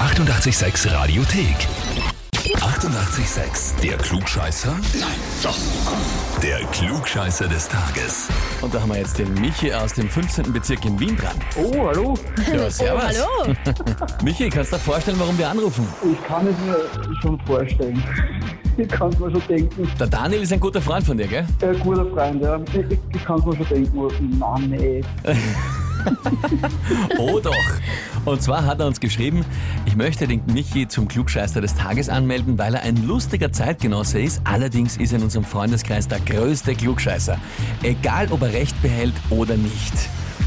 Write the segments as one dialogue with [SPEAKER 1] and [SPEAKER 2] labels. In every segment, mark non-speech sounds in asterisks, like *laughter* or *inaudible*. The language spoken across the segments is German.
[SPEAKER 1] 886 Radiothek. 88,6. Der Klugscheißer? Nein, doch. Der Klugscheißer des Tages.
[SPEAKER 2] Und da haben wir jetzt den Michi aus dem 15. Bezirk in Wien dran.
[SPEAKER 3] Oh, hallo.
[SPEAKER 2] Ja,
[SPEAKER 4] Oh,
[SPEAKER 2] servus.
[SPEAKER 4] hallo.
[SPEAKER 2] Michi, kannst du dir vorstellen, warum wir anrufen?
[SPEAKER 3] Ich kann es mir schon vorstellen. Ich kann es mir schon denken.
[SPEAKER 2] Der Daniel ist ein guter Freund von dir, gell?
[SPEAKER 3] Äh, guter Freund, ja. Ich, ich, ich kann es mir schon denken. Mann, ey.
[SPEAKER 2] Oh doch. Und zwar hat er uns geschrieben, ich möchte den Michi zum Klugscheißer des Tages anmelden, weil er ein lustiger Zeitgenosse ist. Allerdings ist er in unserem Freundeskreis der größte Klugscheißer. Egal, ob er recht behält oder nicht.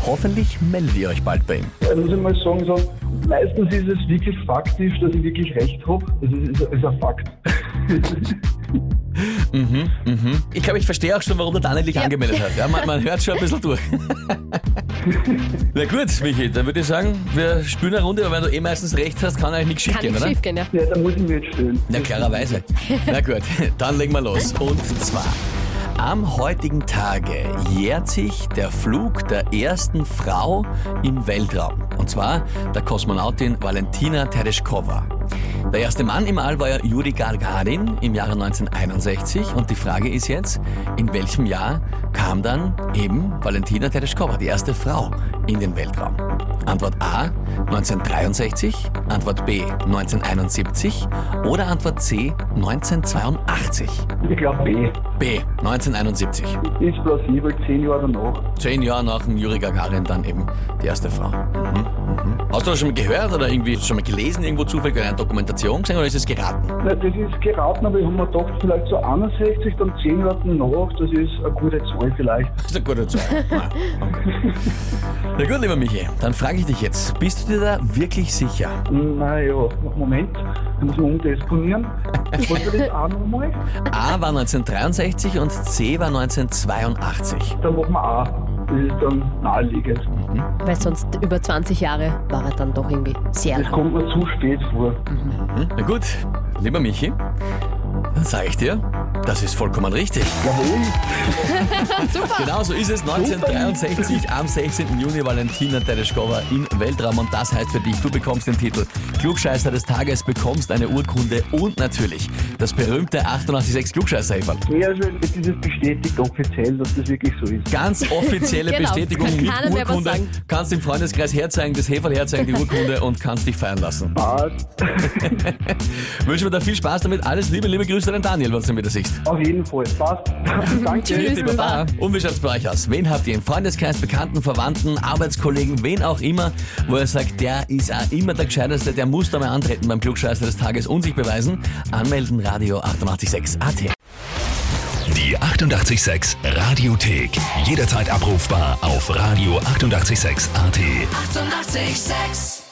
[SPEAKER 2] Hoffentlich melden wir euch bald bei ihm.
[SPEAKER 3] Ich muss ich mal sagen, so, meistens ist es wirklich faktisch, dass ich wirklich recht habe. Das ist, ist, ist ein Fakt. *laughs*
[SPEAKER 2] Ich glaube, ich verstehe auch schon, warum der Daniel dich
[SPEAKER 4] Ja.
[SPEAKER 2] angemeldet hat. Ja, man, man hört schon ein bisschen
[SPEAKER 4] *laughs*
[SPEAKER 2] durch. Na gut, Michi, dann würde ich sagen, wir spielen eine Runde, aber wenn du eh meistens recht hast, kann eigentlich nichts schief
[SPEAKER 4] Kann
[SPEAKER 2] gehen,
[SPEAKER 4] nicht
[SPEAKER 2] oder?
[SPEAKER 4] schief gehen, ja.
[SPEAKER 3] ja, da muss ich mir jetzt stellen.
[SPEAKER 2] Na klarerweise. Na gut, dann legen wir los. Und zwar, am heutigen Tage jährt sich der Flug der ersten Frau im Weltraum. Und zwar der Kosmonautin Valentina Tereshkova. Der erste Mann im All war ja Yuri Gagarin im Jahre 1961 und die Frage ist jetzt, in welchem Jahr kam dann eben Valentina Tereshkova, die erste Frau, in den Weltraum? Antwort A 1963, Antwort B 1971 oder Antwort C 1982.
[SPEAKER 3] Ich glaube B.
[SPEAKER 2] B 1971.
[SPEAKER 3] Ist plausibel, zehn Jahre danach.
[SPEAKER 2] Zehn Jahre nach dem Juri Gagarin dann eben die erste Frau. Mhm, mhm. Hast du das schon mal gehört oder irgendwie schon mal gelesen, irgendwo zufällig eine Dokumentation gesehen oder ist es geraten? *laughs*
[SPEAKER 3] Na, das ist geraten, aber ich habe mir gedacht, vielleicht so 61, dann zehn Jahre danach, das ist eine gute Zahl vielleicht.
[SPEAKER 2] Das ist eine gute Zahl. Ja, okay. Na gut, lieber Michi, dann frage ich dich jetzt, bist du dir da wirklich sicher?
[SPEAKER 3] Naja, Moment, ich muss man umdisponieren. Was war das auch nochmal?
[SPEAKER 2] A war 1963 und C war 1982.
[SPEAKER 3] Dann machen wir A. Das ist dann naheliegend.
[SPEAKER 4] Weil sonst über 20 Jahre war er dann doch irgendwie sehr
[SPEAKER 3] Das
[SPEAKER 4] lang.
[SPEAKER 3] kommt mir zu spät vor.
[SPEAKER 2] Hm, Na gut, lieber Michi, dann sage ich dir, das ist vollkommen richtig.
[SPEAKER 3] Jawohl,
[SPEAKER 2] *laughs* Genau so ist es. 1963 am 16. Juni Valentina Tereshkova im Weltraum und das heißt für dich, du bekommst den Titel Klugscheißer des Tages, bekommst eine Urkunde und natürlich das berühmte 886 klugscheißer -Häferl.
[SPEAKER 3] sehr schön. Jetzt also, ist es bestätigt offiziell, dass das wirklich so ist.
[SPEAKER 4] *laughs*
[SPEAKER 2] Ganz offizielle
[SPEAKER 4] Genau,
[SPEAKER 2] Bestätigung
[SPEAKER 4] kann
[SPEAKER 2] mit
[SPEAKER 4] keiner mehr was
[SPEAKER 2] Urkunde.
[SPEAKER 4] sagen.
[SPEAKER 2] Kannst im Freundeskreis herzeigen, das Heferl herzeigen, die Urkunde und kannst dich feiern lassen. *laughs*
[SPEAKER 3] Passt.
[SPEAKER 2] Wünschen wir dir viel Spaß damit. Alles Liebe, liebe Grüße an den Daniel, wenn du ihn wieder siehst.
[SPEAKER 3] Auf jeden Fall. Passt. *laughs* Danke.
[SPEAKER 4] Tschüss.
[SPEAKER 2] Tschüss, lieber Baba. Und wie schaut's bei euch aus? Wen habt ihr im Freundeskreis, Bekannten, Verwandten, Arbeitskollegen, wen auch immer, wo ihr sagt, der ist auch immer der Gescheiteste, der muss da mal antreten beim Klugscheißer des Tages und sich beweisen? Anmelden, Radio 886 AT.
[SPEAKER 1] Die 88,6 Radiothek. Jederzeit abrufbar auf radio886.at. 88,6.
[SPEAKER 5] Eighty-eight, sex.